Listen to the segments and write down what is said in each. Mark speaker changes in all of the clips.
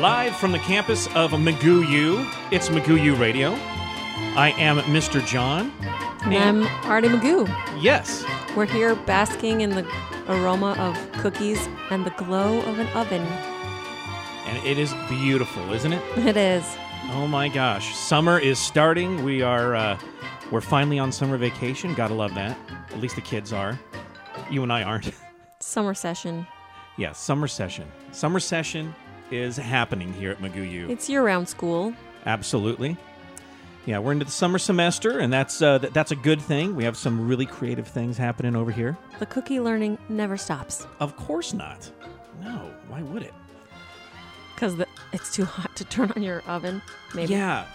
Speaker 1: Live from the campus of Magoo it's Magoo Radio. I am Mr. John.
Speaker 2: And I'm Artie Magoo.
Speaker 1: Yes,
Speaker 2: We're here basking in the aroma of cookies and the glow of an oven.
Speaker 1: and it is beautiful, isn't it?
Speaker 2: It is.
Speaker 1: Oh my gosh, summer is starting. We are uh, we're finally on summer vacation. Gotta love that. At least the kids are. You and I aren't.
Speaker 2: Summer session.
Speaker 1: yeah, summer session. Summer session is happening here at Magoo
Speaker 2: It's year round school.
Speaker 1: Absolutely. Yeah, we're into the summer semester, and that's uh, th- that's a good thing. We have some really creative things happening over here.
Speaker 2: The cookie learning never stops
Speaker 1: Of course not. No, why would it?
Speaker 2: because it's too hot to turn on your oven. Maybe.
Speaker 1: Yeah,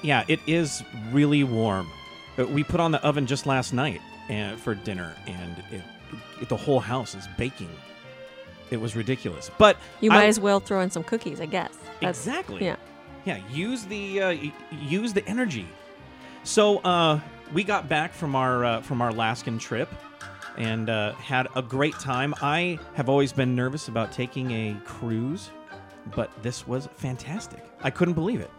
Speaker 1: yeah, it is really warm. Uh, We put on the oven just last night uh, for dinner, and it, it, the whole house is baking. It was ridiculous, but
Speaker 2: You might
Speaker 1: I-
Speaker 2: as well throw in some cookies, I guess. That's-
Speaker 1: exactly.
Speaker 2: Yeah.
Speaker 1: Yeah, use the uh, y- use the energy. So uh, we got back from our uh, from our Alaskan trip and uh, had a great time. I have always been nervous about taking a cruise, but this was fantastic. I couldn't believe it.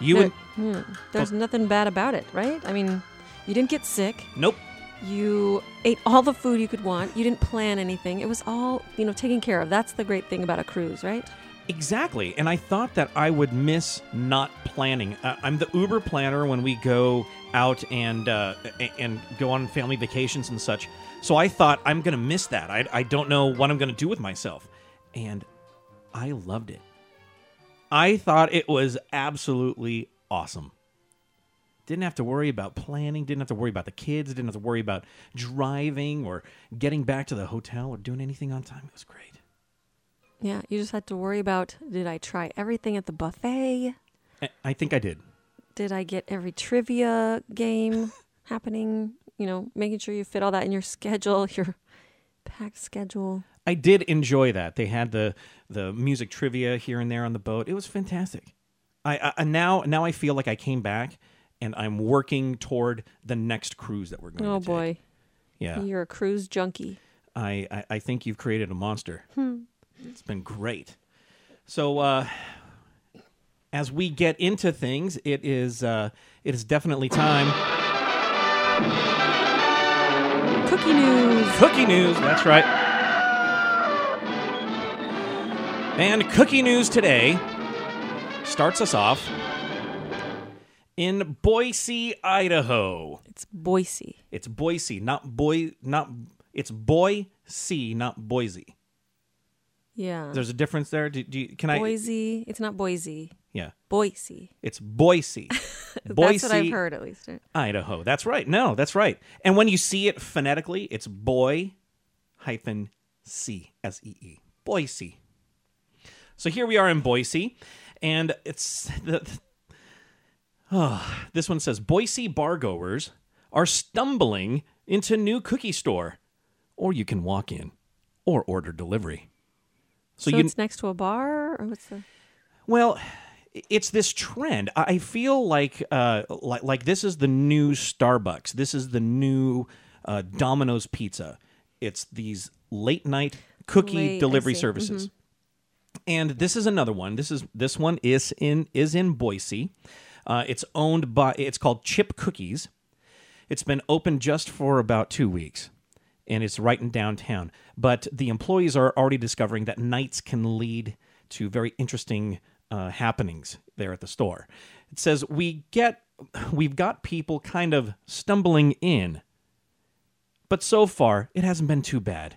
Speaker 1: You
Speaker 2: There-
Speaker 1: and
Speaker 2: hmm. there's nothing bad about it, right? I mean, you didn't get sick.
Speaker 1: nope.
Speaker 2: You ate all the food you could want. You didn't plan anything. It was all, you know, taken care of. That's the great thing about a cruise, right?
Speaker 1: Exactly. And I thought that I would miss not planning. Uh, I'm the Uber planner when we go out and uh, a- and go on family vacations and such. So I thought I'm going to miss that. I, I don't know what I'm going to do with myself. And I loved it. I thought it was absolutely awesome. Didn't have to worry about planning, didn't have to worry about the kids, didn't have to worry about driving or getting back to the hotel or doing anything on time. It was great.
Speaker 2: Yeah, you just had to worry about did I try everything at the buffet?
Speaker 1: I- I think I did.
Speaker 2: Did I get every trivia game happening? You know, making sure you fit all that in your schedule, your packed schedule.
Speaker 1: I did enjoy that. They had the the music trivia here and there on the boat. It was fantastic. I, I- I now now I feel like I came back and I'm working toward the next cruise that we're going
Speaker 2: Oh
Speaker 1: to take.
Speaker 2: boy,
Speaker 1: Yeah.
Speaker 2: you're a cruise junkie.
Speaker 1: I, I I think you've created a monster.
Speaker 2: Hmm.
Speaker 1: It's been great. So uh as we get into things, it is uh it is definitely time.
Speaker 2: Cookie news.
Speaker 1: Cookie news, that's right. And cookie news today starts us off in Boise, Idaho.
Speaker 2: It's Boise.
Speaker 1: It's Boise, not boy, not it's Boise, not Boise.
Speaker 2: Yeah,
Speaker 1: There's a difference there. Do, do you, can I?
Speaker 2: Boise. It's not Boise.
Speaker 1: Yeah,
Speaker 2: Boise.
Speaker 1: it's Boise, Boise,
Speaker 2: That's what I've heard at least.
Speaker 1: Idaho. That's right. No, that's right. And when you see it phonetically, it's boy hyphen C S E E. Boise. So here we are in Boise, and it's the, oh, this one says Boise bar goers are stumbling into new cookie store, or you can walk in, or order delivery.
Speaker 2: So,
Speaker 1: So, you
Speaker 2: it's next to a bar, or what's the?
Speaker 1: well, it's this trend. I I feel like uh, like like this is the new Starbucks. This is the new uh, Domino's Pizza. It's these late night cookie
Speaker 2: Late, I
Speaker 1: delivery
Speaker 2: see. Mm-hmm.
Speaker 1: services. And this is another one. This is this one is in is in Boise. Uh, it's owned by it's called Chip Cookies. It's been open just for about two weeks, and it's right in downtown. But the employees are already discovering that nights can lead to very interesting uh, happenings there at the store. It says we get we've got people kind of stumbling in, but so far it hasn't been too bad.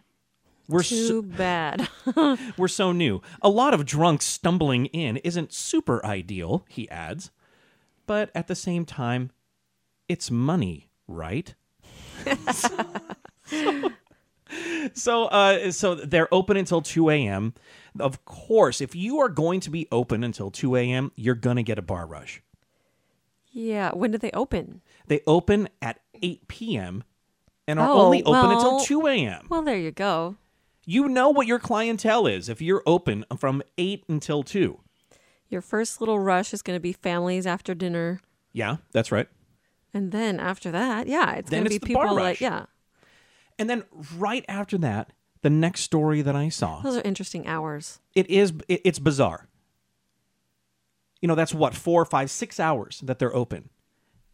Speaker 1: We're so,
Speaker 2: Too bad.
Speaker 1: we're so new. A lot of drunks stumbling in isn't super ideal, he adds. But at the same time, it's money, right? so, so, uh, so they're open until 2 a.m. Of course, if you are going to be open until 2 a.m., you're going to get a bar rush.
Speaker 2: yeah. When do they open?
Speaker 1: They open at 8 p.m. and are
Speaker 2: Oh,
Speaker 1: only open until
Speaker 2: well-
Speaker 1: 2 a.m.
Speaker 2: Well, there you go.
Speaker 1: You know what your clientele is if you're open from 8 until 2.
Speaker 2: Your first little rush is going to be families after dinner,
Speaker 1: Yeah, that's right.
Speaker 2: and then after that, yeah, it's
Speaker 1: Then
Speaker 2: going to be
Speaker 1: it's the bar
Speaker 2: people like
Speaker 1: rush.
Speaker 2: yeah.
Speaker 1: And then right after that, the next story that I saw,
Speaker 2: Those are interesting hours.
Speaker 1: it is it- it's bizarre. you know that's what four five six hours that they're open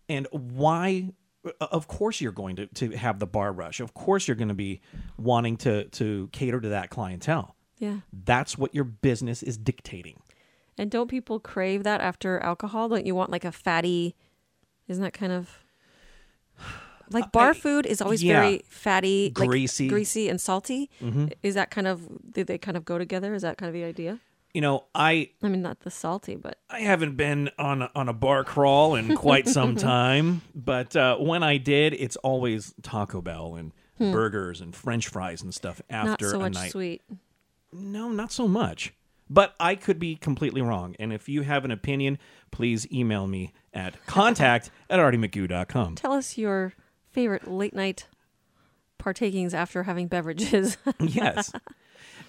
Speaker 1: and why uh, of course you're going to, to have the bar rush of course you're going to be wanting to to cater to that clientele
Speaker 2: Yeah.
Speaker 1: that's what your business is dictating
Speaker 2: And don't people crave that after alcohol? Don't you want like a fatty? Isn't that kind of like bar food is always
Speaker 1: yeah.
Speaker 2: very fatty, like,
Speaker 1: Greasy. Mm-hmm.
Speaker 2: greasy and salty. Is that kind of do they kind of go together? Is that kind of the idea?
Speaker 1: you know i
Speaker 2: I mean, not the salty, but
Speaker 1: I haven't been on a- on a bar crawl in quite some time, but uh, when I did, it's always Taco Bell and burgers and French fries and stuff after
Speaker 2: Hmm. not so
Speaker 1: a
Speaker 2: much
Speaker 1: night.
Speaker 2: sweet.
Speaker 1: No, not so much. But I could be completely wrong. And if you have an opinion, please email me at contact at artiemcgoo.com.
Speaker 2: Tell us your favorite late night partakings after having beverages.
Speaker 1: Yes.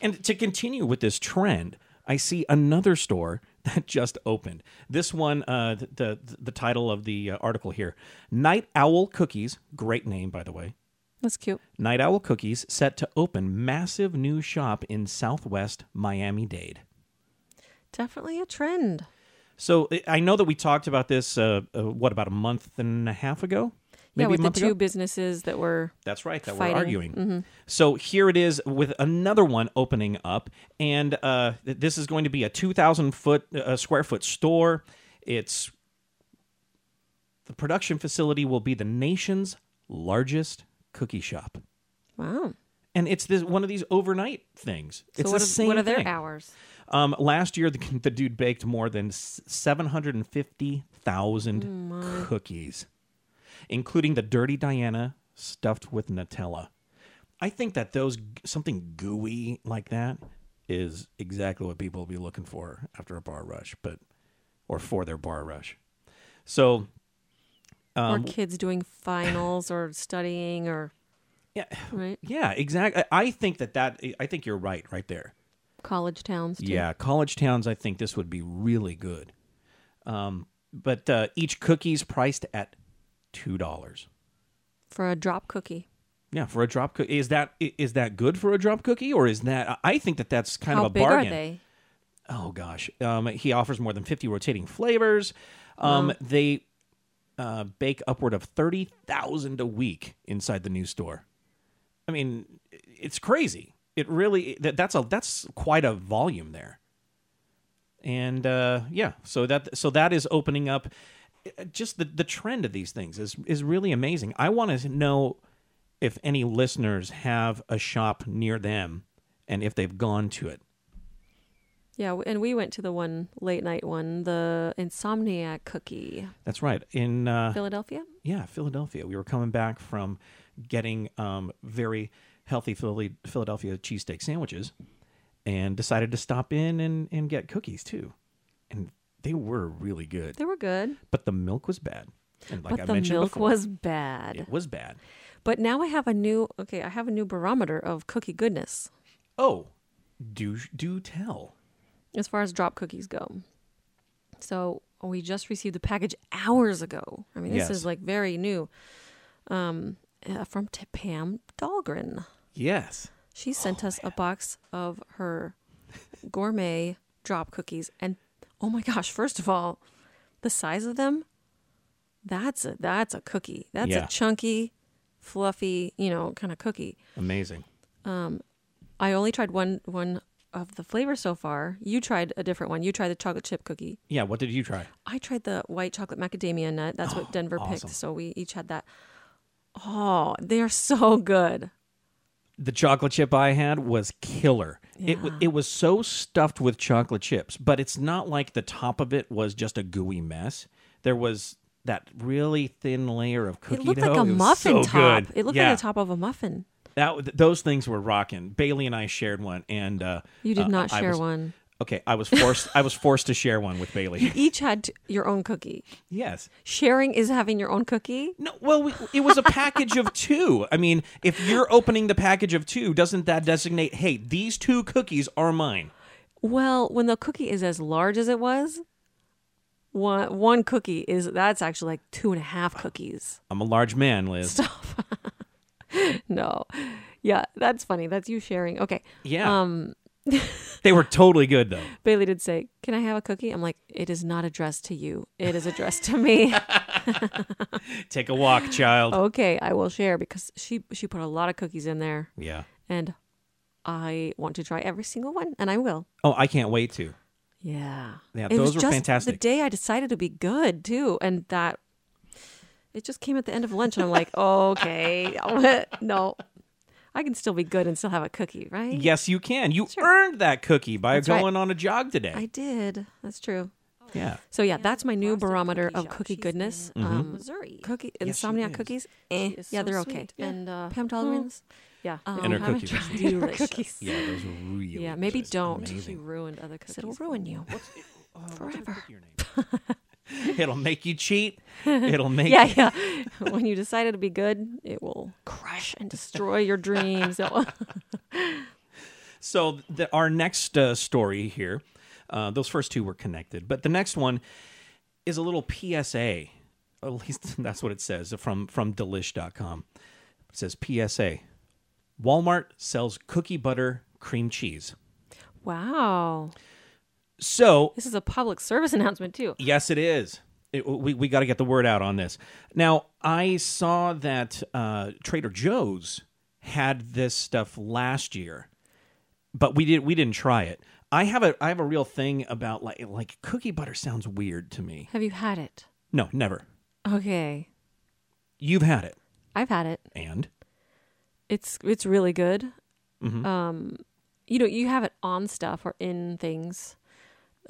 Speaker 1: and to continue with this trend, I see another store that just opened. This one, uh, th- the, the the title of the uh, article here: Night Owl Cookies. Great name, by the way.
Speaker 2: That's cute.
Speaker 1: Night Owl Cookies set to open massive new shop in Southwest Miami Dade.
Speaker 2: Definitely a trend.
Speaker 1: So eh, I- I know that we talked about this. Uh, uh, what about a month and a half ago?
Speaker 2: yeah,
Speaker 1: Maybe a
Speaker 2: with the
Speaker 1: month
Speaker 2: two
Speaker 1: ago.
Speaker 2: businesses that were
Speaker 1: That's right. That
Speaker 2: fighting. Mm-hmm.
Speaker 1: we're arguing. So here it is with another one opening up, and uh, th- this is going to be a two thousand foot uh, square foot store. It's the production facility will be the nation's largest cookie shop,
Speaker 2: wow.
Speaker 1: and it's this one of these overnight things.
Speaker 2: So
Speaker 1: it's
Speaker 2: what,
Speaker 1: the
Speaker 2: are,
Speaker 1: same
Speaker 2: what are their
Speaker 1: thing.
Speaker 2: hours?
Speaker 1: Um, last year, the, the dude baked more than s- 750,000 cookies, including the Dirty Diana stuffed with Nutella. I think that those something gooey like that is exactly what people will be looking for after a bar rush, but or for their bar rush. So Um,
Speaker 2: or kids doing finals or studying or
Speaker 1: yeah,
Speaker 2: right
Speaker 1: yeah, exactly. I think that that I think you're right, right there.
Speaker 2: college towns. Too.
Speaker 1: Yeah, college towns. I think this would be really good. Um, but uh, each cookie's priced at two dollars.
Speaker 2: for a drop cookie.
Speaker 1: Yeah, for a drop cookie, is that i- is that good for a drop cookie, or is that? I- I think that that's kind
Speaker 2: How
Speaker 1: of a
Speaker 2: big
Speaker 1: bargain.
Speaker 2: are they?
Speaker 1: Oh gosh, um, he offers more than fifty rotating flavors. Um, They uh, bake upward of thirty thousand a week inside the new store. I mean, i- it's crazy. It really that, that's a that's quite a volume there. And uh, yeah, so that so that is opening up. Uh, Just the the trend of these things is is really amazing. I want to know if any listeners have a shop near them and if they've gone to it.
Speaker 2: Yeah, w- and we went to the one late night one, the Insomniac Cookie,
Speaker 1: That's right. In uh,
Speaker 2: Philadelphia.
Speaker 1: yeah, Philadelphia. We were coming back from getting um, very healthy Philly- Philadelphia cheesesteak sandwiches and decided to stop in and, and get cookies too. And they were really good,
Speaker 2: They were good,
Speaker 1: but the milk was bad. And like
Speaker 2: but
Speaker 1: I
Speaker 2: the
Speaker 1: mentioned
Speaker 2: milk
Speaker 1: before,
Speaker 2: was bad.
Speaker 1: it was bad.
Speaker 2: But now I have a new okay, I have a new barometer of cookie goodness
Speaker 1: Oh, do do tell.
Speaker 2: as far as drop cookies go. So we just received the package hours ago. I mean, this
Speaker 1: Yes.
Speaker 2: is like very new. Um, uh, from T- Pam Dahlgren.
Speaker 1: Yes.
Speaker 2: She sent us a box of her gourmet drop cookies and oh my gosh, first of all, the size of them that's a that's a cookie. That's
Speaker 1: Yeah.
Speaker 2: a chunky, fluffy, you know, kind of cookie.
Speaker 1: Amazing.
Speaker 2: I only tried one one of the flavors so far. You tried a different one. You tried the chocolate chip cookie.
Speaker 1: Yeah, what did you try?
Speaker 2: I tried the white chocolate macadamia nut. That's what Denver
Speaker 1: awesome.
Speaker 2: picked, so we each had that. Oh, they are so good.
Speaker 1: the chocolate chip I had was killer. It w- it was so stuffed with chocolate chips, but it's not like the top of it was just a gooey mess. There was that really thin layer of cookie
Speaker 2: It looked
Speaker 1: dough.
Speaker 2: like a
Speaker 1: It was so
Speaker 2: muffin top.
Speaker 1: good.
Speaker 2: It looked
Speaker 1: yeah,
Speaker 2: like the top of a muffin.
Speaker 1: That w- th- those things were rocking. Bailey and I shared one, and uh,
Speaker 2: You did
Speaker 1: uh,
Speaker 2: not
Speaker 1: I
Speaker 2: share
Speaker 1: was-
Speaker 2: one.
Speaker 1: Okay, I was forced. I was forced to share one with Bailey.
Speaker 2: Each had t- your own cookie.
Speaker 1: yes.
Speaker 2: Sharing is having your own cookie.
Speaker 1: No. Well, we, it was a package of two. I mean, if you're opening the package of two, doesn't that designate? Hey, these two cookies are mine.
Speaker 2: Well, when the cookie is as large as it was, one one cookie is that's actually like two and a half cookies.
Speaker 1: I'm a large man, Liz.
Speaker 2: no. Yeah, that's funny. That's you sharing. Okay.
Speaker 1: Yeah.
Speaker 2: Um
Speaker 1: They were totally good though.
Speaker 2: Bailey did say, "Can I have a cookie?" I'm like, "It is not addressed to you. It is addressed to me."
Speaker 1: Take a walk, child.
Speaker 2: okay, I will share because she she put a lot of cookies in there,
Speaker 1: Yeah.
Speaker 2: and I want to try every single one, and I will.
Speaker 1: Oh, I can't wait to.
Speaker 2: Yeah,
Speaker 1: Yeah,
Speaker 2: was
Speaker 1: those were
Speaker 2: just The
Speaker 1: fantastic.
Speaker 2: day I decided to be good too, and that it just came at the end of lunch, and I'm like, "Okay, no." I can still be good and still have a cookie, right?
Speaker 1: Yes, you can. You earned that cookie by
Speaker 2: That's right.
Speaker 1: going on a jog today.
Speaker 2: I did. That's true.
Speaker 1: yeah.
Speaker 2: So yeah, that's my new
Speaker 3: Frosted
Speaker 2: barometer
Speaker 3: Cookie
Speaker 2: of
Speaker 3: Shop.
Speaker 2: cookie
Speaker 3: She's
Speaker 2: goodness.
Speaker 3: in, uh,
Speaker 1: Mm-hmm.
Speaker 2: Um,
Speaker 3: Missouri.
Speaker 2: cookie
Speaker 1: Yes, she
Speaker 2: insomnia
Speaker 1: is.
Speaker 2: cookies. Eh,
Speaker 3: She is
Speaker 2: yeah,
Speaker 3: so
Speaker 2: they're
Speaker 3: sweet.
Speaker 2: okay.
Speaker 3: Yeah.
Speaker 2: And uh,
Speaker 3: Mm.
Speaker 2: Pam Dahlgren's. Yeah,
Speaker 3: Um,
Speaker 1: And her
Speaker 2: I haven't
Speaker 1: cookies.
Speaker 2: tried your
Speaker 3: Delicious.
Speaker 2: cookies.
Speaker 1: Yeah, those were really
Speaker 2: Yeah, maybe
Speaker 1: just
Speaker 2: don't.
Speaker 3: She
Speaker 1: Amazing.
Speaker 3: ruined other
Speaker 2: I
Speaker 3: cookies.
Speaker 2: said it'll ruin you.
Speaker 1: Oh, what's that
Speaker 2: Forever.
Speaker 1: cookie your name? It'll make you cheat. It'll make
Speaker 2: Yeah, yeah. when you decided to be good, it will crush and destroy your dreams. So-
Speaker 1: So the, our next uh, story here, uh, those first two were connected, but the next one is a little PSA. At least that's what it says uh, from from delish.com. It says PSA. Walmart sells cookie butter cream cheese.
Speaker 2: wow,
Speaker 1: So,
Speaker 2: this is a public service announcement too.
Speaker 1: yes it is. It- we we got to get the word out on this. Now, I saw that uh, Trader Joe's had this stuff last year. but we did we didn't try it. I have a I have a real thing about like like cookie butter sounds weird to me.
Speaker 2: Have you had it?
Speaker 1: No, never.
Speaker 2: Okay,
Speaker 1: You've had it.
Speaker 2: I've had it.
Speaker 1: And
Speaker 2: It's it's really good.
Speaker 1: Mm-hmm.
Speaker 2: Um, you know, you have it on stuff or in things.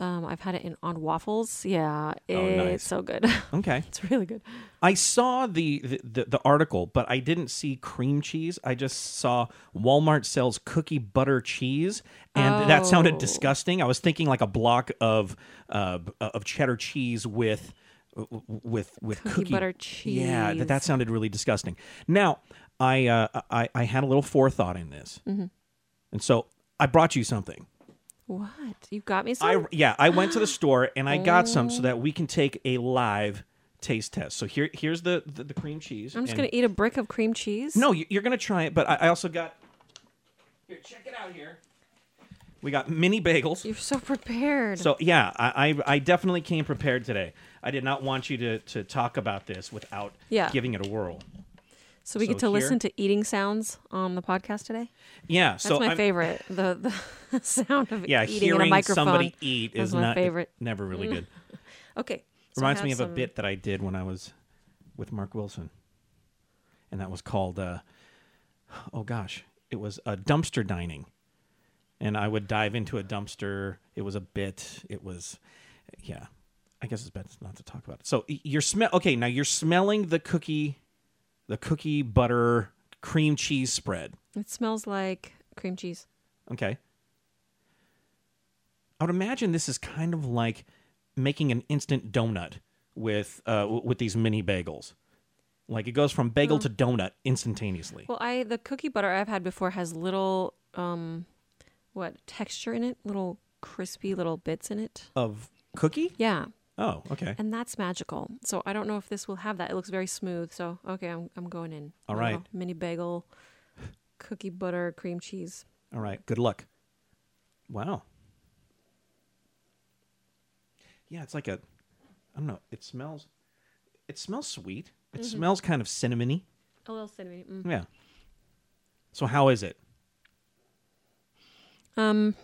Speaker 2: Um, I've had it in on waffles. Yeah, it's
Speaker 1: Oh, nice.
Speaker 2: so good.
Speaker 1: okay.
Speaker 2: It's really good.
Speaker 1: I saw the, the the the article, but I didn't see cream cheese. I just saw Walmart sells cookie butter cheese and that sounded
Speaker 2: Oh.
Speaker 1: disgusting. I was thinking like a block of uh of cheddar cheese with with with
Speaker 2: Cookie
Speaker 1: cookie,
Speaker 2: butter
Speaker 1: Yeah,
Speaker 2: cheese.
Speaker 1: that, that sounded really disgusting. Now, I uh I I had a little forethought in this.
Speaker 2: Mm-hmm.
Speaker 1: And so I brought you something.
Speaker 2: What? You got me some?
Speaker 1: I yeah, I went to the store and I got some so that we can take a live taste test. So here here's the the, the cream cheese.
Speaker 2: I'm just
Speaker 1: and-
Speaker 2: going to eat a brick of cream cheese.
Speaker 1: No, you- you're gonna try it, but I, I also got here. Check it out here. We got mini bagels.
Speaker 2: You're so prepared.
Speaker 1: So yeah, I, I I definitely came prepared today. I did not want you to to talk about this without
Speaker 2: Yeah.
Speaker 1: giving it a whirl.
Speaker 2: so we get to
Speaker 1: so here-
Speaker 2: listen to eating sounds on the podcast today.
Speaker 1: Yeah,
Speaker 2: That's
Speaker 1: so
Speaker 2: my
Speaker 1: I'm-
Speaker 2: favorite. The, the sound of
Speaker 1: Yeah,
Speaker 2: eating in a
Speaker 1: hearing
Speaker 2: microphone.
Speaker 1: somebody eat
Speaker 2: That's
Speaker 1: is
Speaker 2: my
Speaker 1: not
Speaker 2: favorite. Mm.
Speaker 1: Never really good.
Speaker 2: Okay. so I
Speaker 1: Reminds me of
Speaker 2: have
Speaker 1: a
Speaker 2: some-
Speaker 1: bit that I did when I was with Mark Wilson, and that was called uh, oh gosh, it was uh, dumpster dining, and I would dive into a dumpster. It was a bit. It was, yeah. I guess it's best not to talk about it. So y- you're smell. Okay, now you're smelling the cookie, the cookie butter cream cheese spread.
Speaker 2: It smells like cream cheese.
Speaker 1: Okay. I would imagine this is kind of like making an instant donut with uh, w- with these mini bagels. Like it goes from bagel to donut instantaneously.
Speaker 2: Well, I the cookie butter I've had before has little um what texture in it, little crispy little bits in it.
Speaker 1: of cookie?
Speaker 2: Yeah.
Speaker 1: Oh, okay.
Speaker 2: And that's magical. So I don't know if this will have that. It looks very smooth. So okay, I'm I'm going in.
Speaker 1: All
Speaker 2: Little
Speaker 1: right.
Speaker 2: Mini bagel, cookie butter, cream cheese.
Speaker 1: All right. Good luck. Wow. Yeah, it's like a I don't know, it smells it smells sweet. It smells kind of cinnamony.
Speaker 2: A little cinnamon. Mm.
Speaker 1: Yeah. So how is it?
Speaker 2: Um.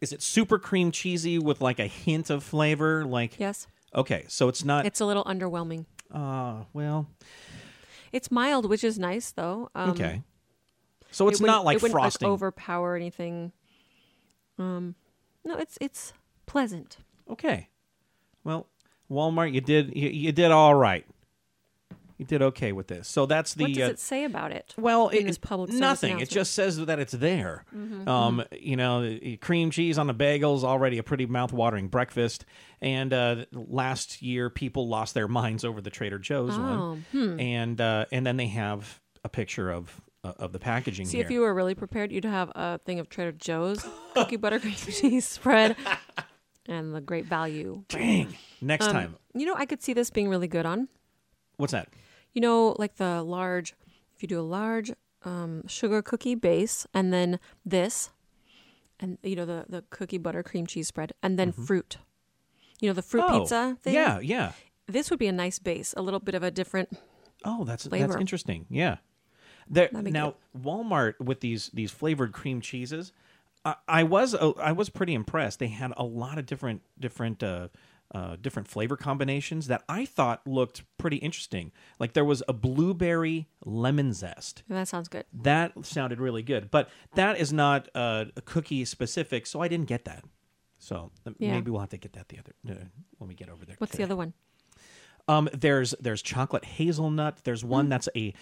Speaker 1: Is it super cream cheesy with like a hint of flavor? Like
Speaker 2: Yes.
Speaker 1: okay, so it's not.
Speaker 2: It's a little underwhelming.
Speaker 1: uh, well,
Speaker 2: It's mild, which is nice though. Um,
Speaker 1: okay. So
Speaker 2: it
Speaker 1: it's
Speaker 2: wouldn't-
Speaker 1: not like
Speaker 2: it wouldn't,
Speaker 1: frosting.
Speaker 2: overpower anything. Um. No, it's it's pleasant.
Speaker 1: okay. Well, Walmart, you did you, you did all right. You did okay with this. So that's the
Speaker 2: what does
Speaker 1: uh,
Speaker 2: it say about it?
Speaker 1: well,
Speaker 2: in
Speaker 1: it-
Speaker 2: this public service
Speaker 1: nothing. It
Speaker 2: announcement? Mm-hmm.
Speaker 1: just says that it's there. um, You know, the- cream cheese on the bagels already a pretty mouth-watering breakfast. And uh, last year, people lost their minds over the Trader Joe's
Speaker 2: Oh,
Speaker 1: one, and uh, and then they have a picture of uh, of the packaging.
Speaker 2: See,
Speaker 1: here.
Speaker 2: if you were really prepared, you'd have a thing of Trader Joe's cookie butter cream cheese spread and the great value.
Speaker 1: Dang. Next time,
Speaker 2: You um, know, I could see this being really good on.
Speaker 1: what's that?
Speaker 2: You know, like the large, if you do a large um, sugar cookie base and then this, and you know the the cookie butter cream cheese spread, and then fruit. You know the fruit
Speaker 1: Mm-hmm. Oh,
Speaker 2: pizza thing.
Speaker 1: Yeah, yeah.
Speaker 2: this would be a nice base, a little bit of a different.
Speaker 1: Oh, that's that's
Speaker 2: Flavor.
Speaker 1: interesting. Yeah. There,
Speaker 2: That'd be
Speaker 1: now Walmart with these these flavored cream cheeses, I, I was uh, I was pretty impressed. They had a lot of different different uh, uh, different flavor combinations that I thought looked pretty interesting. Like there was a blueberry lemon zest.
Speaker 2: That sounds good.
Speaker 1: That sounded really good, but that is not uh, a cookie specific, so I didn't get that. So uh,
Speaker 2: Yeah.
Speaker 1: maybe we'll have to get that the other uh, when we get over there.
Speaker 2: What's the other one?
Speaker 1: Um, there's there's chocolate hazelnut. There's
Speaker 2: Mm.
Speaker 1: one that's a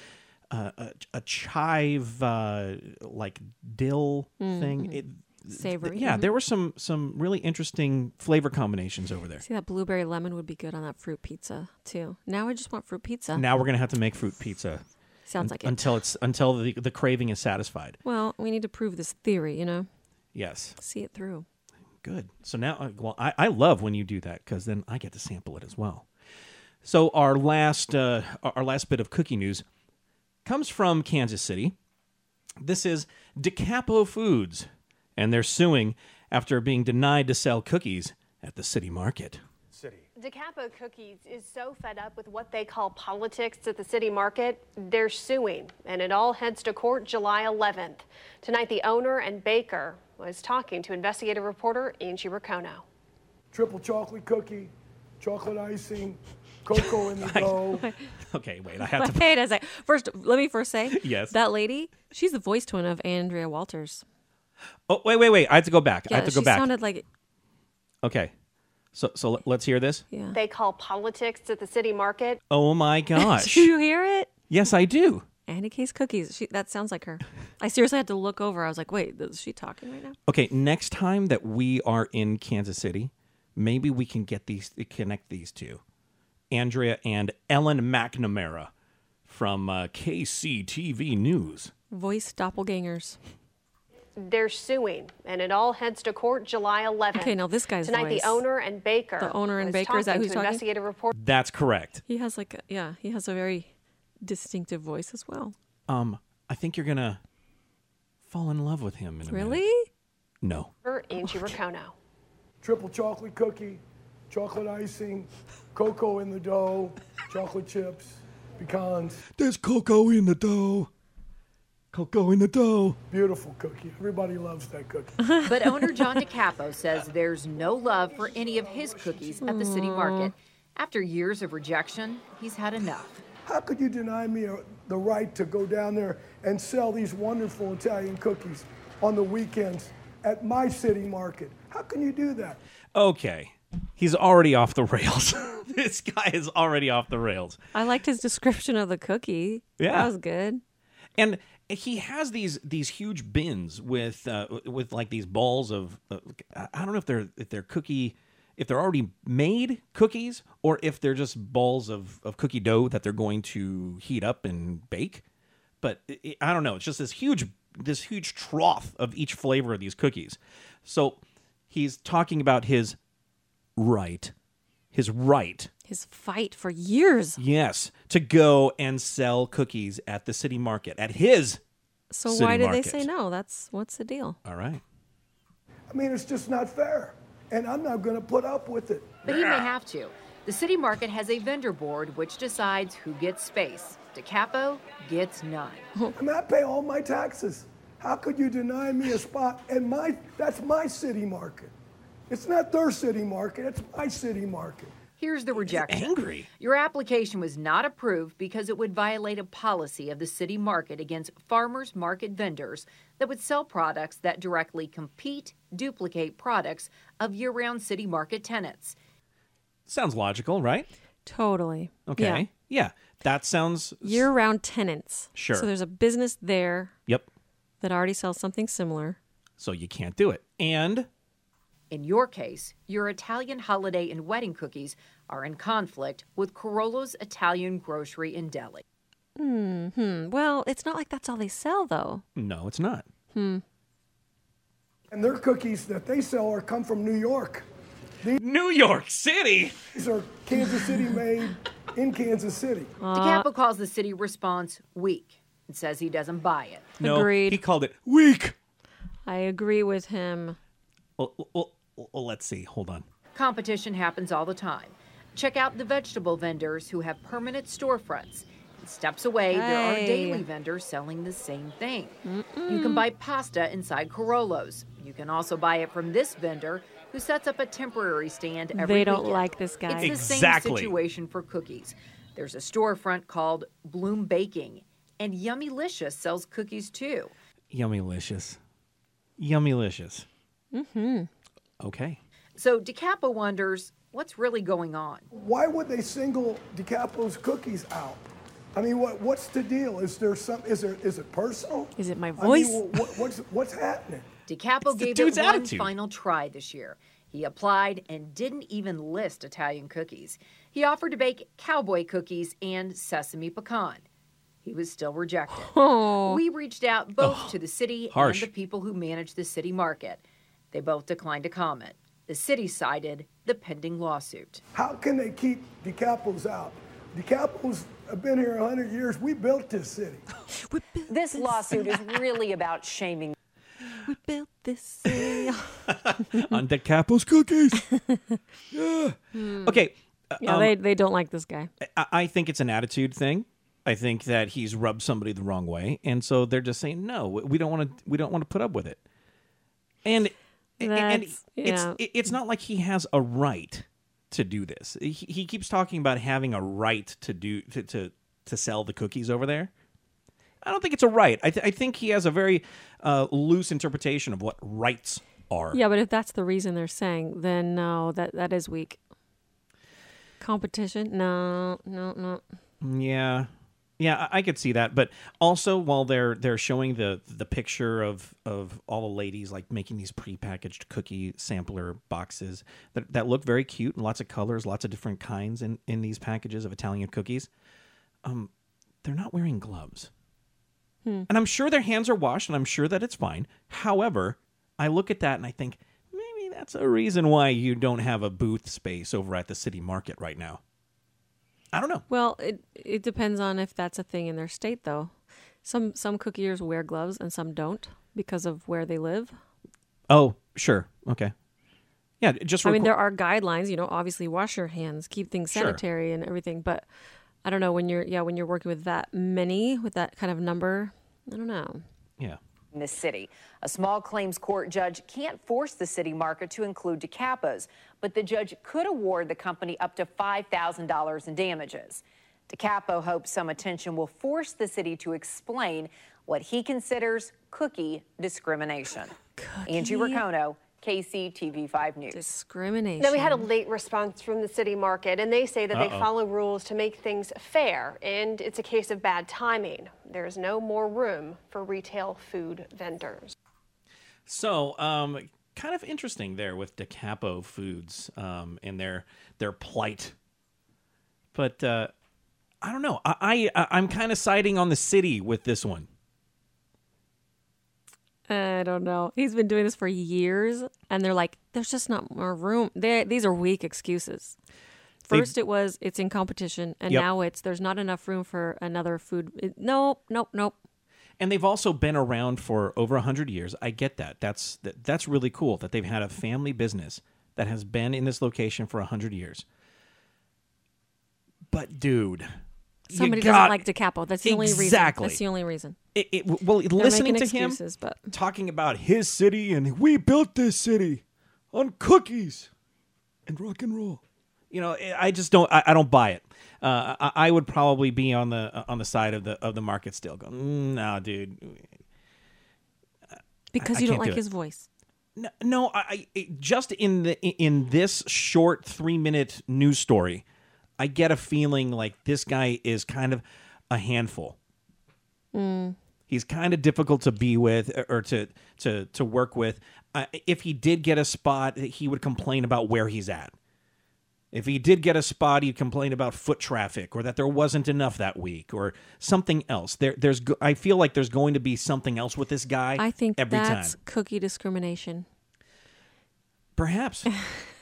Speaker 1: uh, a, a chive uh, like dill thing. It,
Speaker 2: Mm, Savory.
Speaker 1: yeah,
Speaker 2: mhm.
Speaker 1: there were some some really interesting flavor combinations over there.
Speaker 2: See that blueberry lemon would be good on that fruit pizza too. Now I just want fruit pizza.
Speaker 1: Now we're gonna have to make fruit pizza
Speaker 2: Sounds like it.
Speaker 1: until it's until the, the craving is satisfied.
Speaker 2: Well, we need to prove this theory, you know,
Speaker 1: Yes,
Speaker 2: see it through.
Speaker 1: good. So now, uh, well, I, I love when you do that because then I get to sample it as well. So our last uh, our our last bit of cookie news comes from Kansas City. This is DeCapo Foods, and they're suing after being denied to sell cookies at the city market.
Speaker 3: City.
Speaker 4: DeCapo Cookies is so fed up with what they call politics at the city market, they're suing, and it all heads to court July 11th. Tonight, the owner and baker was talking to investigative reporter Angie Racono.
Speaker 3: Triple chocolate cookie, chocolate icing, cocoa in the dough.
Speaker 1: Okay, wait, I have to.
Speaker 2: Wait a sec. First, let me first say,
Speaker 1: Yes.
Speaker 2: that lady, she's the voice twin of Andrea Walters.
Speaker 1: Oh, wait, wait, wait! I have to go back. I
Speaker 2: Yeah,
Speaker 1: have to go
Speaker 2: she
Speaker 1: back.
Speaker 2: sounded like
Speaker 1: Okay, so so let- let's hear this.
Speaker 2: yeah.
Speaker 4: They call politics at the city market,
Speaker 1: Oh my gosh!
Speaker 2: Do you hear it?
Speaker 1: yes, I do.
Speaker 2: Annie Case cookies. She, that sounds like her. I seriously had to look over. I was like, wait, is she talking right now?
Speaker 1: Okay, next time that we are in Kansas City, maybe we can get these connect these two, Andrea and Ellen McNamara from uh, KCTV News.
Speaker 2: Voice doppelgangers.
Speaker 4: they're suing, and it all heads to court July 11th.
Speaker 2: Okay, now this guy's
Speaker 4: Tonight,
Speaker 2: voice.
Speaker 4: the owner and baker.
Speaker 2: The owner and
Speaker 4: was
Speaker 2: baker, is that
Speaker 4: talking
Speaker 2: who's
Speaker 4: to
Speaker 2: talking?
Speaker 4: Investigative reporter
Speaker 1: That's correct.
Speaker 2: He has like, a, yeah, he has a very distinctive voice as well.
Speaker 1: Um, I think you're gonna fall in love with him. In a minute.
Speaker 2: Really?
Speaker 1: No.
Speaker 4: Angie Racono.
Speaker 3: Triple chocolate cookie, chocolate icing, cocoa in the dough, chocolate chips, pecans.
Speaker 1: There's cocoa in the dough. Cocoa in the dough.
Speaker 3: Beautiful cookie. Everybody loves that cookie.
Speaker 5: But owner John DeCapo says there's no love for any of his cookies at the city market. After years of rejection, he's had enough.
Speaker 3: How could you deny me uh, the right to go down there and sell these wonderful Italian cookies on the weekends at my city market? How can you do that?
Speaker 1: Okay, he's already off the rails. this guy is already off the rails.
Speaker 2: I liked his description of the cookie.
Speaker 1: Yeah.
Speaker 2: That was good.
Speaker 1: and he has these these huge bins with uh, with like these balls of uh, I don't know if they're if they're cookie if they're already made cookies or if they're just balls of of cookie dough that they're going to heat up and bake. But i i I don't know. It's just this huge this huge trough of each flavor of these cookies. So he's talking about his right, his right
Speaker 2: His fight for years.
Speaker 1: Yes, to go and sell cookies at the city market at his.
Speaker 2: So
Speaker 1: City
Speaker 2: why did
Speaker 1: market.
Speaker 2: they say no? That's what's the deal?
Speaker 1: All right.
Speaker 3: I mean, it's just not fair. And I'm not going to put up with it.
Speaker 5: But he may have to. The city market has a vendor board which decides who gets space. DeCapo gets none.
Speaker 3: I mean, I pay all my taxes. How could you deny me a spot? And my, that's my city market. It's not their city market, it's my city market.
Speaker 5: Here's the rejection.
Speaker 1: Angry.
Speaker 5: Your application was not approved because it would violate a policy of the city market against farmers market vendors that would sell products that directly compete, duplicate products of year round city market tenants.
Speaker 1: Sounds logical, right?
Speaker 2: Totally.
Speaker 1: Okay. Yeah. That sounds.
Speaker 2: Year round tenants.
Speaker 1: Sure.
Speaker 2: So there's a business there
Speaker 1: Yep.
Speaker 2: that already sells something similar.
Speaker 1: So you can't do it. And
Speaker 5: In your case, your Italian holiday and wedding cookies are in conflict with Corollo's Italian grocery and deli.
Speaker 2: Hmm, Well, it's not like that's all they sell, though.
Speaker 1: no, it's not.
Speaker 3: And their cookies that they sell are come from New York.
Speaker 1: New York City.
Speaker 3: These are Kansas City made in Kansas City.
Speaker 5: DeCapo calls the city response weak and says he doesn't buy it.
Speaker 1: No,
Speaker 2: Agreed.
Speaker 1: he called it weak.
Speaker 2: I I agree with him.
Speaker 1: Well, well, well, let's see. Hold on.
Speaker 5: Competition happens all the time. Check out the vegetable vendors who have permanent storefronts. Steps away, there are
Speaker 2: Hey.
Speaker 5: daily vendors selling the same thing. You can buy pasta inside Corollos. You can also buy it from this vendor who sets up a temporary stand every
Speaker 2: They don't
Speaker 5: weekend.
Speaker 2: like this guy.
Speaker 5: It's the same
Speaker 1: Exactly.
Speaker 5: situation for cookies. There's a storefront called Bloom Baking, and Yummy Licious sells cookies too.
Speaker 1: Yummylicious. Yummylicious. Mm-hmm. Okay.
Speaker 5: So DeCapo wonders what's really going on.
Speaker 3: Why would they single DiCapo's cookies out? I mean, what, what's the deal? Is there some? Is there? Is it personal?
Speaker 2: Is it my
Speaker 3: I mean,
Speaker 2: voice?
Speaker 3: wh- wh- what's what's happening?
Speaker 5: DiCapo
Speaker 1: the
Speaker 5: gave it
Speaker 1: dude's
Speaker 5: one
Speaker 1: attitude.
Speaker 5: final try this year. He applied and didn't even list Italian cookies. He offered to bake cowboy cookies and sesame pecan. He was still rejected. We reached out both to the city
Speaker 1: Oh. harsh.
Speaker 5: and the people who manage the city market. They both declined to comment. The city cited the pending lawsuit.
Speaker 3: How can they keep DiCapo's out? DiCapo's have been here 100 years. We built this city.
Speaker 2: We built
Speaker 6: This lawsuit is really about shaming
Speaker 2: We built this city.
Speaker 1: On DeCapo's cookies. Yeah. Okay. uh,
Speaker 2: yeah, they they don't like this guy.
Speaker 1: I, I think it's an attitude thing. I think that he's rubbed somebody the wrong way, and so they're just saying no. We don't want to. We don't want to put up with it. And and- and
Speaker 2: That's- yeah.
Speaker 1: it's it- it's not like he has a right to do this. He, he keeps talking about having a right to do to, to to sell the cookies over there. I don't think it's a right. I, th- I think he has a very uh, loose interpretation of what rights are.
Speaker 2: Yeah, but if that's the reason they're saying, then no, that that is weak. Competition? No, no, no.
Speaker 1: Yeah, yeah, I, I could see that. But also, while they're they're showing the the picture of of all the ladies like making these prepackaged cookie sampler boxes that that look very cute and lots of colors, lots of different kinds in in these packages of Italian cookies. Um, they're not wearing gloves, and I'm sure their hands are washed, and I'm sure that it's fine. However, I look at that and I think. Maybe that's a reason why you don't have a booth space over at the city market right now. I don't know.
Speaker 2: Well, it it depends on if that's a thing in their state, though. Some some cookiers wear gloves and some don't because of where they live.
Speaker 1: Oh, sure. Okay. Yeah, just
Speaker 2: I mean,
Speaker 1: requ-
Speaker 2: there are guidelines, you know. Obviously, wash your hands, keep things
Speaker 1: Sure.
Speaker 2: sanitary, and everything. But I don't know when you're yeah when you're working with that many with that kind of number. I don't know.
Speaker 1: yeah.
Speaker 6: in this city. A small claims court judge can't force the city market to include DeCapo's, but the judge could award the company up to $5,000 in damages. DeCapo hopes some attention will force the city to explain what he considers cookie discrimination. Angie Ricono, KCTV5 News.
Speaker 2: Discrimination.
Speaker 4: Now, we had a late response from the city market, and they say that they follow rules to make things fair, and it's a case of bad timing. There's no more room for retail food vendors.
Speaker 1: So, um, kind of interesting there with DeCapo Foods um, and their their plight. But uh, I don't know. I, I I'm kind of siding on the city with this one.
Speaker 2: I don't know. He's been doing this for years, and they're like, "There's just not more room." They, these are weak excuses.
Speaker 1: They-
Speaker 2: First, it was it's in competition, and
Speaker 1: Yep.
Speaker 2: now it's there's not enough room for another food. it- nope, nope, nope.
Speaker 1: and they've also been around for over 100 years i get that that's that, that's really cool that they've had a family business that has been in this location for 100 years but dude you
Speaker 2: Somebody
Speaker 1: got-
Speaker 2: doesn't like DiCapo. That's the only reason.
Speaker 1: Exactly.
Speaker 2: That's the only reason.
Speaker 1: it, it, well listening to
Speaker 2: making
Speaker 1: him
Speaker 2: excuses, but-
Speaker 1: talking about his city and we built this city on cookies and rock and roll you know i I just don't i, I don't buy it uh, I, I would probably be on the uh, on the side of the of the market still going mm, no dude
Speaker 2: Because
Speaker 1: I
Speaker 2: you don't
Speaker 1: can't do
Speaker 2: like
Speaker 1: it.
Speaker 2: his voice.
Speaker 1: No, no I, I it- just in the in this short three minute news story, I get a feeling like this guy is kind of a handful.
Speaker 2: Hmm.
Speaker 1: He's kind of difficult to be with er, or- or to to to work with. I if he did get a spot, he would complain about where he's at. If he did get a spot, he'd complain about foot traffic or that there wasn't enough that week or something else. There, there's go- I feel like there's going to be something else with this guy.
Speaker 2: I think
Speaker 1: every time.
Speaker 2: that's cookie discrimination.
Speaker 1: Perhaps.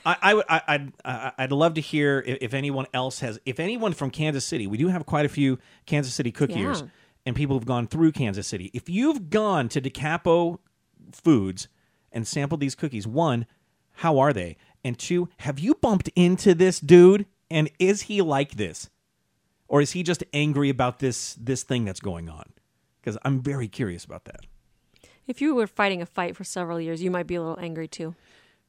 Speaker 1: I, I would. I, I'd. I- I'd love to hear if, if anyone else has. If anyone from Kansas City, we do have quite a few Kansas City cookiers,
Speaker 2: Yeah.
Speaker 1: and people have gone through Kansas City. If you've gone to DeCapo foods and sampled these cookies, one, how are they? And two, have you bumped into this dude? And is he like this? Or is he just angry about this this thing that's going on? Because I'm very curious about that.
Speaker 2: If you were fighting a fight for several years, you might be a little angry too.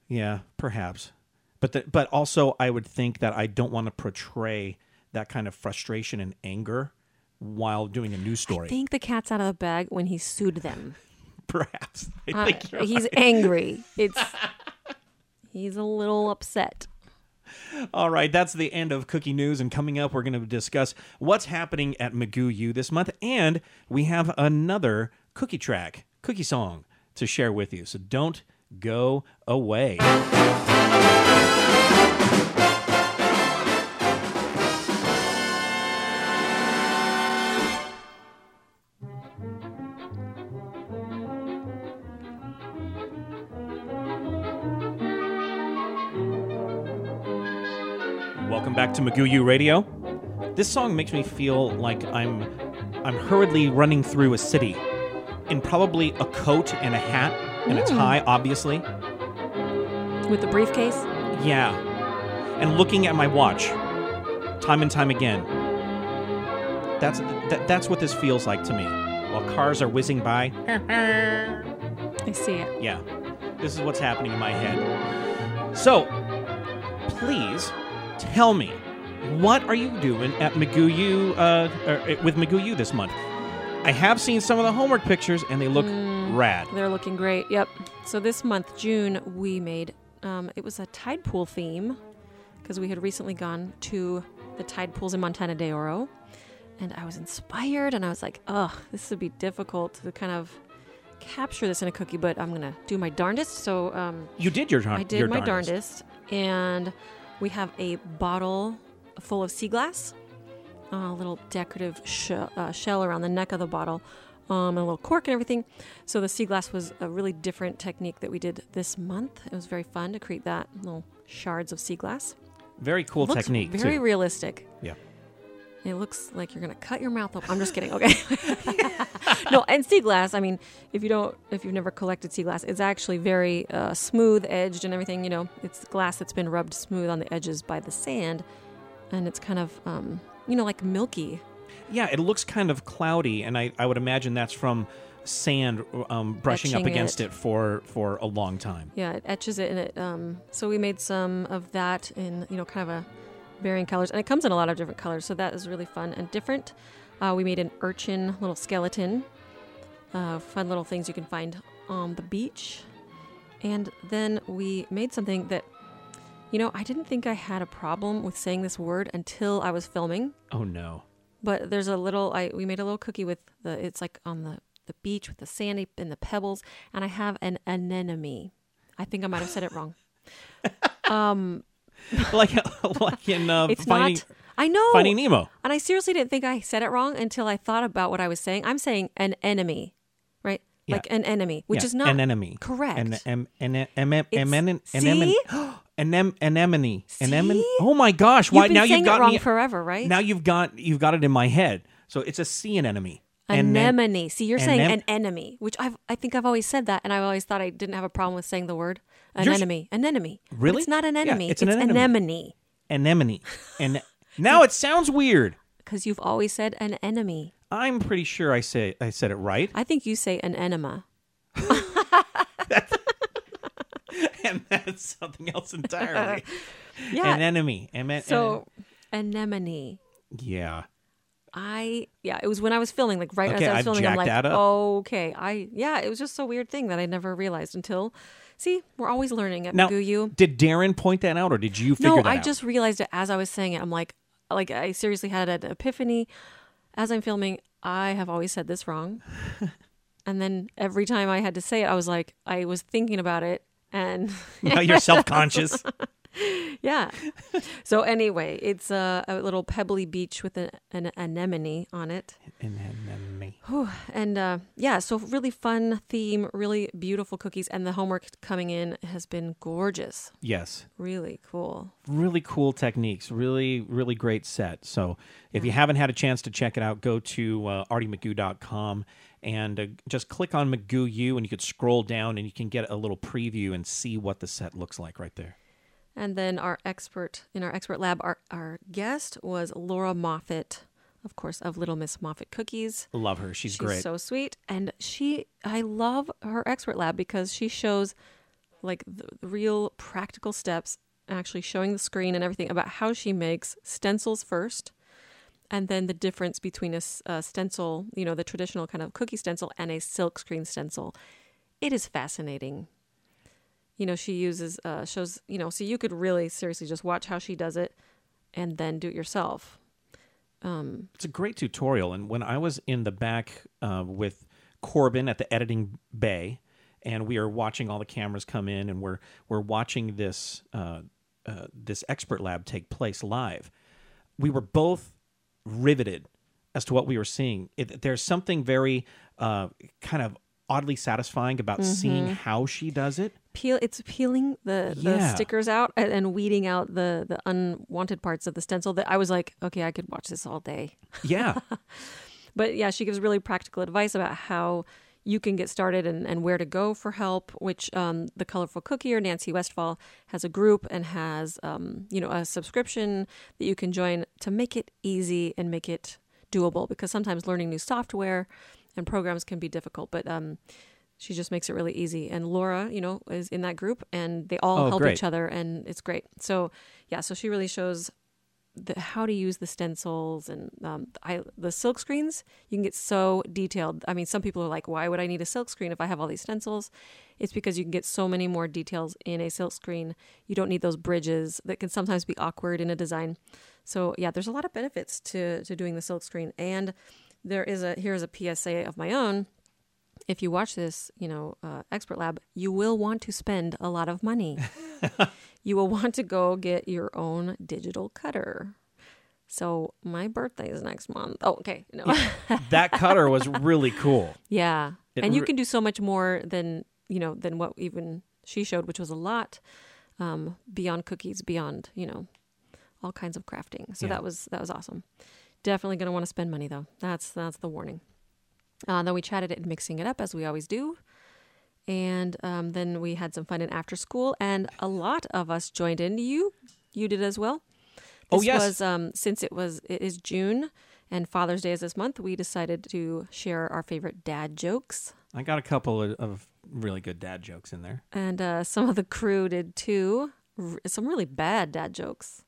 Speaker 1: Yeah, perhaps. But the, but also, I would think that I don't want to portray that kind of frustration and anger while doing a news story.
Speaker 2: I think the cat's out of the bag when he sued them.
Speaker 1: perhaps I
Speaker 2: Uh,
Speaker 1: think you're
Speaker 2: he's
Speaker 1: right.
Speaker 2: angry. It's he's a little upset.
Speaker 1: All right, that's the end of Cookie News. And coming up, we're going to discuss what's happening at Magoo U this month. And we have another cookie track, cookie song to share with you. So don't go away. Welcome back to Magoo U Radio. This song makes me feel like I'm I'm hurriedly running through a city in probably a coat and a hat and a tie, obviously.
Speaker 2: With the briefcase,
Speaker 1: Yeah. And looking at my watch time and time again. That's that, that's what this feels like to me. While cars are whizzing by.
Speaker 2: I see it.
Speaker 1: Yeah. This is what's happening in my head. So, please tell me what are you doing at Maguyu uh, er, with Maguyu this month? I have seen some of the homework pictures and they look
Speaker 2: Mm.
Speaker 1: rad.
Speaker 2: They're looking great. Yep. So this month, June, we made um, it was a tide pool theme because we had recently gone to the tide pools in Montana de Oro, and I was inspired, and I was like, "Ugh, this would be difficult to kind of capture this in a cookie, but I'm gonna do my darndest." So um,
Speaker 1: You did your darn.
Speaker 2: I did
Speaker 1: your
Speaker 2: my darndest. and we have a bottle full of sea glass, a little decorative she- uh, shell around the neck of the bottle, um, and a little cork and everything. So the sea glass was a really different technique that we did this month. It was very fun to create that little shards of sea glass.
Speaker 1: Very cool
Speaker 2: Looks
Speaker 1: technique
Speaker 2: very
Speaker 1: too.
Speaker 2: realistic.
Speaker 1: yeah.
Speaker 2: It looks like you're gonna cut your mouth open. I'm just kidding. Okay. no, and sea glass. I mean, if you don't, if you've never collected sea glass, it's actually very uh, smooth edged and everything. You know, it's glass that's been rubbed smooth on the edges by the sand, and it's kind of, um, you know, like milky.
Speaker 1: Yeah, it looks kind of cloudy, and I, I would imagine that's from sand um, brushing up
Speaker 2: Etching
Speaker 1: against
Speaker 2: it.
Speaker 1: it. for for a long time.
Speaker 2: Yeah, it etches it, and it. Um, so we made some of that in, you know, kind of a varying colors, and it comes in a lot of different colors. So that is really fun and different. Uh, we made an urchin little skeleton, uh, fun little things you can find on the beach, and then we made something that, you know, I didn't think I had a problem with saying this word until I was filming.
Speaker 1: Oh no.
Speaker 2: But there's a little. I we made a little cookie with the. It's like on the the beach with the sandy and the pebbles, and I have an anemone. I think I might have said it wrong.
Speaker 1: like like in uh,
Speaker 2: It's
Speaker 1: finding
Speaker 2: not. I know.
Speaker 1: Finding Nemo.
Speaker 2: And I seriously didn't think I said it wrong until I thought about what I was saying. I'm saying an enemy, right?
Speaker 1: Yeah.
Speaker 2: Like an enemy, which
Speaker 1: Yeah,
Speaker 2: is not
Speaker 1: an enemy.
Speaker 2: Correct.
Speaker 1: An e- em, an em, em, em,
Speaker 2: It's-
Speaker 1: anemone-
Speaker 2: see?
Speaker 1: anem- anemone. Anemone.
Speaker 2: See?
Speaker 1: Oh my gosh!
Speaker 2: You've
Speaker 1: Why
Speaker 2: been
Speaker 1: now you've
Speaker 2: saying it
Speaker 1: got
Speaker 2: wrong
Speaker 1: me
Speaker 2: forever, right?
Speaker 1: Now you've got you've got it in my head. So it's a sea anemone. Anem-
Speaker 2: anemone. See, you're saying
Speaker 1: anem-
Speaker 2: an enemy, which I've I think I've always said that, and I've always thought I didn't have a problem with saying the word an
Speaker 1: You're s-
Speaker 2: enemy. An enemy. But
Speaker 1: Really?
Speaker 2: it's not an
Speaker 1: Yeah,
Speaker 2: enemy.
Speaker 1: it's an anemone.
Speaker 2: anemone
Speaker 1: anemone. And now it sounds weird.
Speaker 2: because you've always said an enemy.
Speaker 1: I'm pretty sure I say I said it right.
Speaker 2: I think you say an enema.
Speaker 1: and that's something else entirely.
Speaker 2: Yeah.
Speaker 1: An enemy. Em- en-
Speaker 2: so anemone.
Speaker 1: yeah.
Speaker 2: I yeah, it was when I was filming, like right
Speaker 1: Okay,
Speaker 2: as I was
Speaker 1: I've
Speaker 2: filming,
Speaker 1: jacked
Speaker 2: I'm like,
Speaker 1: that up.
Speaker 2: okay, I yeah, it was just so weird thing that I never realized until. See, we're always learning at
Speaker 1: Now,
Speaker 2: Maguyu.
Speaker 1: did Darren point that out, or did you figure
Speaker 2: No,
Speaker 1: that
Speaker 2: I
Speaker 1: out?
Speaker 2: just realized it as I was saying it. I'm like, like I seriously had an epiphany as I'm filming. I have always said this wrong, and then every time I had to say it, I was like, I was thinking about it, and
Speaker 1: now you're self conscious.
Speaker 2: yeah. so anyway, it's a, a little pebbly beach with an, an anemone on it.
Speaker 1: anemone.
Speaker 2: And uh, yeah, so really fun theme, really beautiful cookies, and the homework coming in has been gorgeous.
Speaker 1: Yes.
Speaker 2: Really cool.
Speaker 1: really cool techniques, really, really great set. So if you haven't had a chance to check it out, go to uh, artiemcgoo.com and uh, just click on Magoo You, and you could scroll down, and you can get a little preview and see what the set looks like right there.
Speaker 2: And then our expert in our expert lab, our, our guest was Laura Moffat, of course, of Little Miss Moffat Cookies.
Speaker 1: Love her; she's, great.
Speaker 2: so sweet. And she, I love her expert lab because she shows like the the real practical steps, actually showing the screen and everything about how she makes stencils first. And then the difference between a, s- a stencil, you know, the traditional kind of cookie stencil and a silkscreen stencil. It is fascinating you know she uses uh shows you know so you could really seriously just watch how she does it and then do it yourself
Speaker 1: it's a great tutorial. And when I was in the back uh, with Corbin at the editing bay, and we are watching all the cameras come in, and we're we're watching this uh, uh, this expert lab take place live. We were both riveted as to what we were seeing. It, there's something very uh, kind of oddly satisfying about seeing how she does it.
Speaker 2: peel it's peeling the,
Speaker 1: Yeah.
Speaker 2: the stickers out and, and weeding out the the unwanted parts of the stencil that i was like okay i could watch this all day
Speaker 1: Yeah,
Speaker 2: but yeah she gives really practical advice about how you can get started and, and where to go for help which um, the colorful cookie or nancy westfall has a group and has um, you know a subscription that you can join to make it easy and make it doable because sometimes learning new software and programs can be difficult but um, she just makes it really easy and laura you know is in that group and they all
Speaker 1: Oh,
Speaker 2: help
Speaker 1: great.
Speaker 2: each other and it's great so yeah so she really shows the, how to use the stencils and um, I, the silk screens. You can get so detailed. I mean, some people are like, "Why would I need a silk screen if I have all these stencils?" It's because you can get so many more details in a silk screen. You don't need those bridges that can sometimes be awkward in a design. So yeah, there's a lot of benefits to to doing the silk screen. And there is a here's a PSA of my own. If you watch this, you know, uh, expert lab, you will want to spend a lot of money you will want to go get your own digital cutter. So my birthday is next month. Oh, okay. No. Yeah.
Speaker 1: that cutter was really cool. It
Speaker 2: And you
Speaker 1: re-
Speaker 2: can do so much more than, you know, than what even she showed, which was a lot um, beyond cookies, beyond, you know, all kinds of crafting. So that was that was awesome. Definitely going to want to spend money though. That's that's the warning. Uh, then we chatted at mixing it up as we always do. And um, then we had some fun in after school, and a lot of us joined in. You, you did as well.
Speaker 1: Oh,
Speaker 2: This
Speaker 1: yes.
Speaker 2: Was, um, since it was it is June and Father's Day is this month, we decided to share our favorite dad jokes,
Speaker 1: I got a couple of, of really good dad jokes in there.
Speaker 2: and uh, some of the crew did too. R- some really bad dad jokes.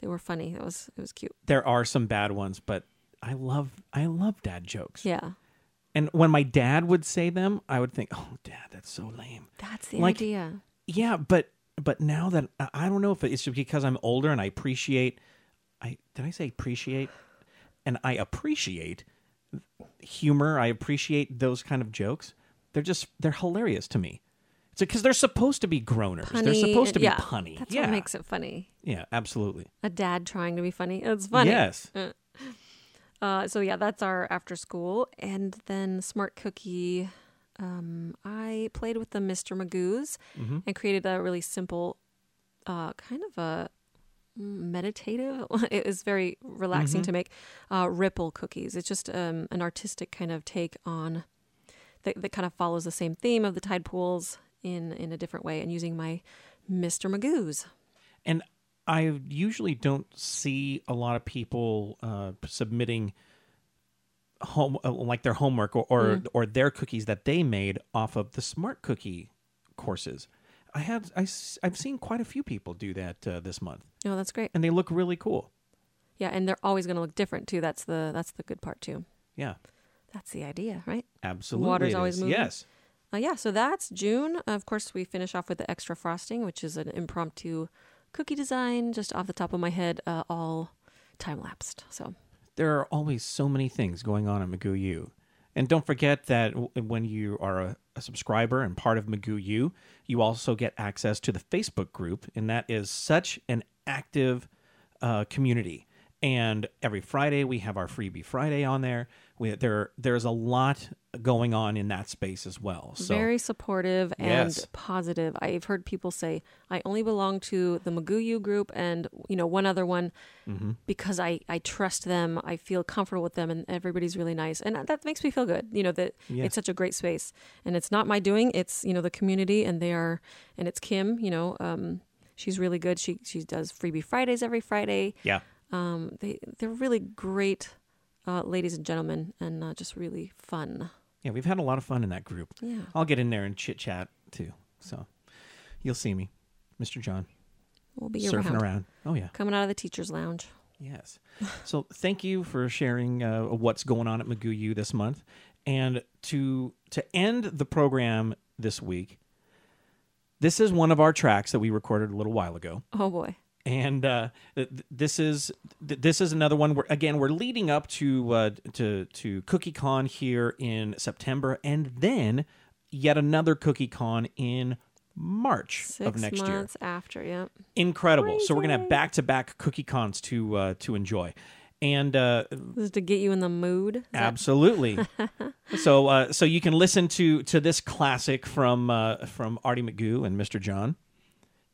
Speaker 2: They were funny. It was it was cute.
Speaker 1: there are some bad ones, but I love I love dad jokes.
Speaker 2: Yeah,
Speaker 1: And when my dad would say them, I would think, "Oh, dad, that's so lame."
Speaker 2: that's the
Speaker 1: Like-
Speaker 2: idea.
Speaker 1: Yeah, but but now that I- I don't know if it's just because I'm older and I appreciate I did I say appreciate? And I appreciate humor. I appreciate those kind of jokes. They're just they're hilarious to me. It's because they're supposed to be groaners. they're
Speaker 2: Punny
Speaker 1: supposed to be
Speaker 2: and- yeah,
Speaker 1: punny.
Speaker 2: That's
Speaker 1: yeah.
Speaker 2: what makes it funny.
Speaker 1: Yeah, absolutely.
Speaker 2: A dad trying to be funny. It's funny.
Speaker 1: Yes.
Speaker 2: Uh, so yeah, that's our after school, and then Smart Cookie. Um, I played with the Mr. Magoo's and created a really simple, uh, kind of a meditative. it was very relaxing to make uh, ripple cookies. It's just um, an artistic kind of take on that, that kind of follows the same theme of the tide pools in in a different way, and using my Mr. Magoo's.
Speaker 1: and I usually don't see a lot of people uh, submitting home uh, like their homework or or,
Speaker 2: Mm-hmm.
Speaker 1: or their cookies that they made off of the smart cookie courses. I had I, have seen quite a few people do that uh, this month,
Speaker 2: Oh, that's great.
Speaker 1: and they look really cool.
Speaker 2: Yeah, and they're always going to look different too. That's the that's the good part too.
Speaker 1: Yeah,
Speaker 2: That's the idea, right?
Speaker 1: absolutely.
Speaker 2: Water's
Speaker 1: it
Speaker 2: always
Speaker 1: is.
Speaker 2: moving.
Speaker 1: Yes,
Speaker 2: Uh, yeah, so that's June. Of course, we finish off with the extra frosting, which is an impromptu cookie design, just off the top of my head, uh, all time lapsed. So
Speaker 1: there are always so many things going on at Magoo U. And don't forget that w- when you are a, a subscriber and part of Magoo U, you also get access to the Facebook group, and that is such an active uh, community. And every Friday we have our Freebie Friday on there. We, there there's a lot going on in that space as well. So
Speaker 7: Very supportive and
Speaker 1: Yes.
Speaker 7: positive. I've heard people say, I only belong to the Maguyu group and, you know, one other one
Speaker 1: Mm-hmm.
Speaker 7: because I, I trust them. I feel comfortable with them and everybody's really nice. And that makes me feel good, you know, that it's such a great space. And it's not my doing, it's, you know, the community and they are, and it's Kim, you know, um, she's really good. She, she does Freebie Fridays every Friday.
Speaker 1: yeah,
Speaker 7: Um, they, they're really great uh, ladies and gentlemen and uh, just really fun.
Speaker 1: yeah, we've had a lot of fun in that group.
Speaker 7: Yeah.
Speaker 1: I'll get in there and chit chat too. So you'll see me, Mr. John,
Speaker 7: We'll be
Speaker 1: surfing
Speaker 7: around.
Speaker 1: around. Oh yeah.
Speaker 7: coming out of the teacher's lounge.
Speaker 1: Yes. So thank you for sharing uh, what's going on at Maguyu this month, and to to end the program this week. This is one of our tracks that we recorded a little while ago,
Speaker 7: Oh boy.
Speaker 1: and uh, th- th- this is th- this is another one. Where again, we're leading up to uh, to to Cookie Con here in September, and then yet another Cookie Con in March
Speaker 7: Six
Speaker 1: of next year
Speaker 7: months after, yep.
Speaker 1: incredible. So we're gonna have back to back cookie cons to uh, to enjoy, and uh,
Speaker 7: This is to get you in the mood. Is that-
Speaker 1: absolutely. so uh, so you can listen to to this classic from uh, from Artie McGoo and Mr. John.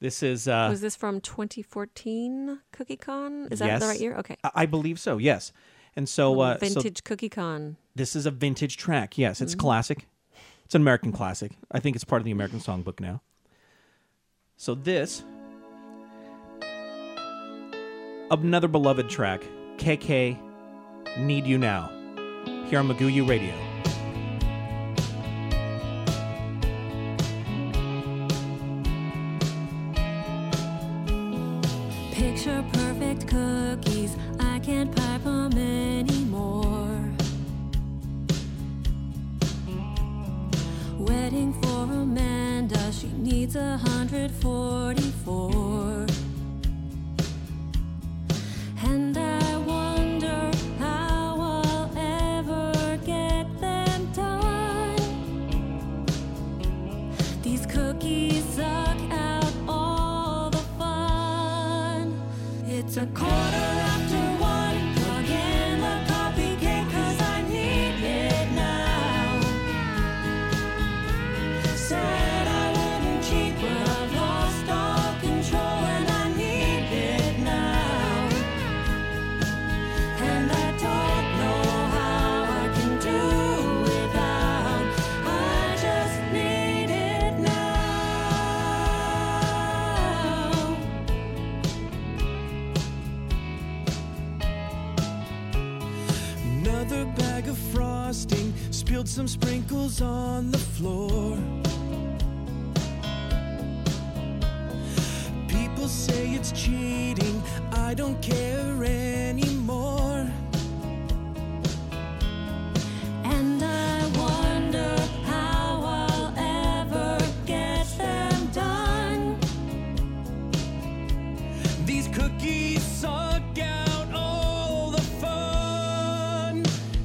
Speaker 1: This is uh,
Speaker 7: was this from 2014 Cookie Con? Is that the right
Speaker 1: yes.
Speaker 7: year? Okay.
Speaker 1: I-, I believe so. Yes, and so uh, so
Speaker 7: Vintage Cookie Con.
Speaker 1: this is a vintage track. Yes, it's classic. It's an American classic. I think it's part of the American Songbook now. So this another beloved track, KK Need You Now. Here on Maguyu Radio.
Speaker 2: Picture perfect cookies, I can't pipe them anymore. Waiting for Amanda, she needs a 144. And I wonder how I'll ever get them done. These cookies suck out all the fun. It's a quarter after one. Plug in the coffee cake 'cause I need it now. Said I wouldn't cheat, but I've lost all control and I need it now. And I don't know how I can do without. I just need it now.
Speaker 8: Another bag of frosting, spilled some sprinkles on the floor. People say it's cheating, I don't care anymore.
Speaker 2: And I wonder how I'll ever get them done.
Speaker 8: These cookies suck out all the fun.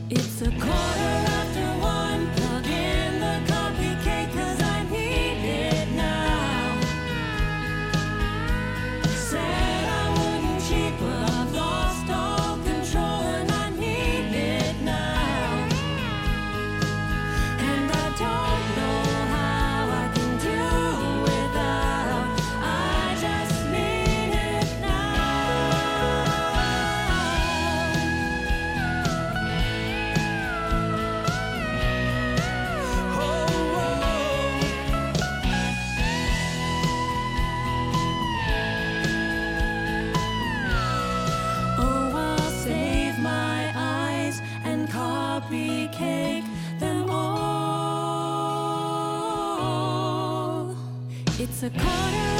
Speaker 2: It's a quarter after one. Plug in the coffee cake 'cause I need it now. Said I wouldn't cheat, but I've lost all control and I need it now. And I don't know how I can do without. I just need it now. Oh, I'll save my eyes and copy cake them all. It's a quarter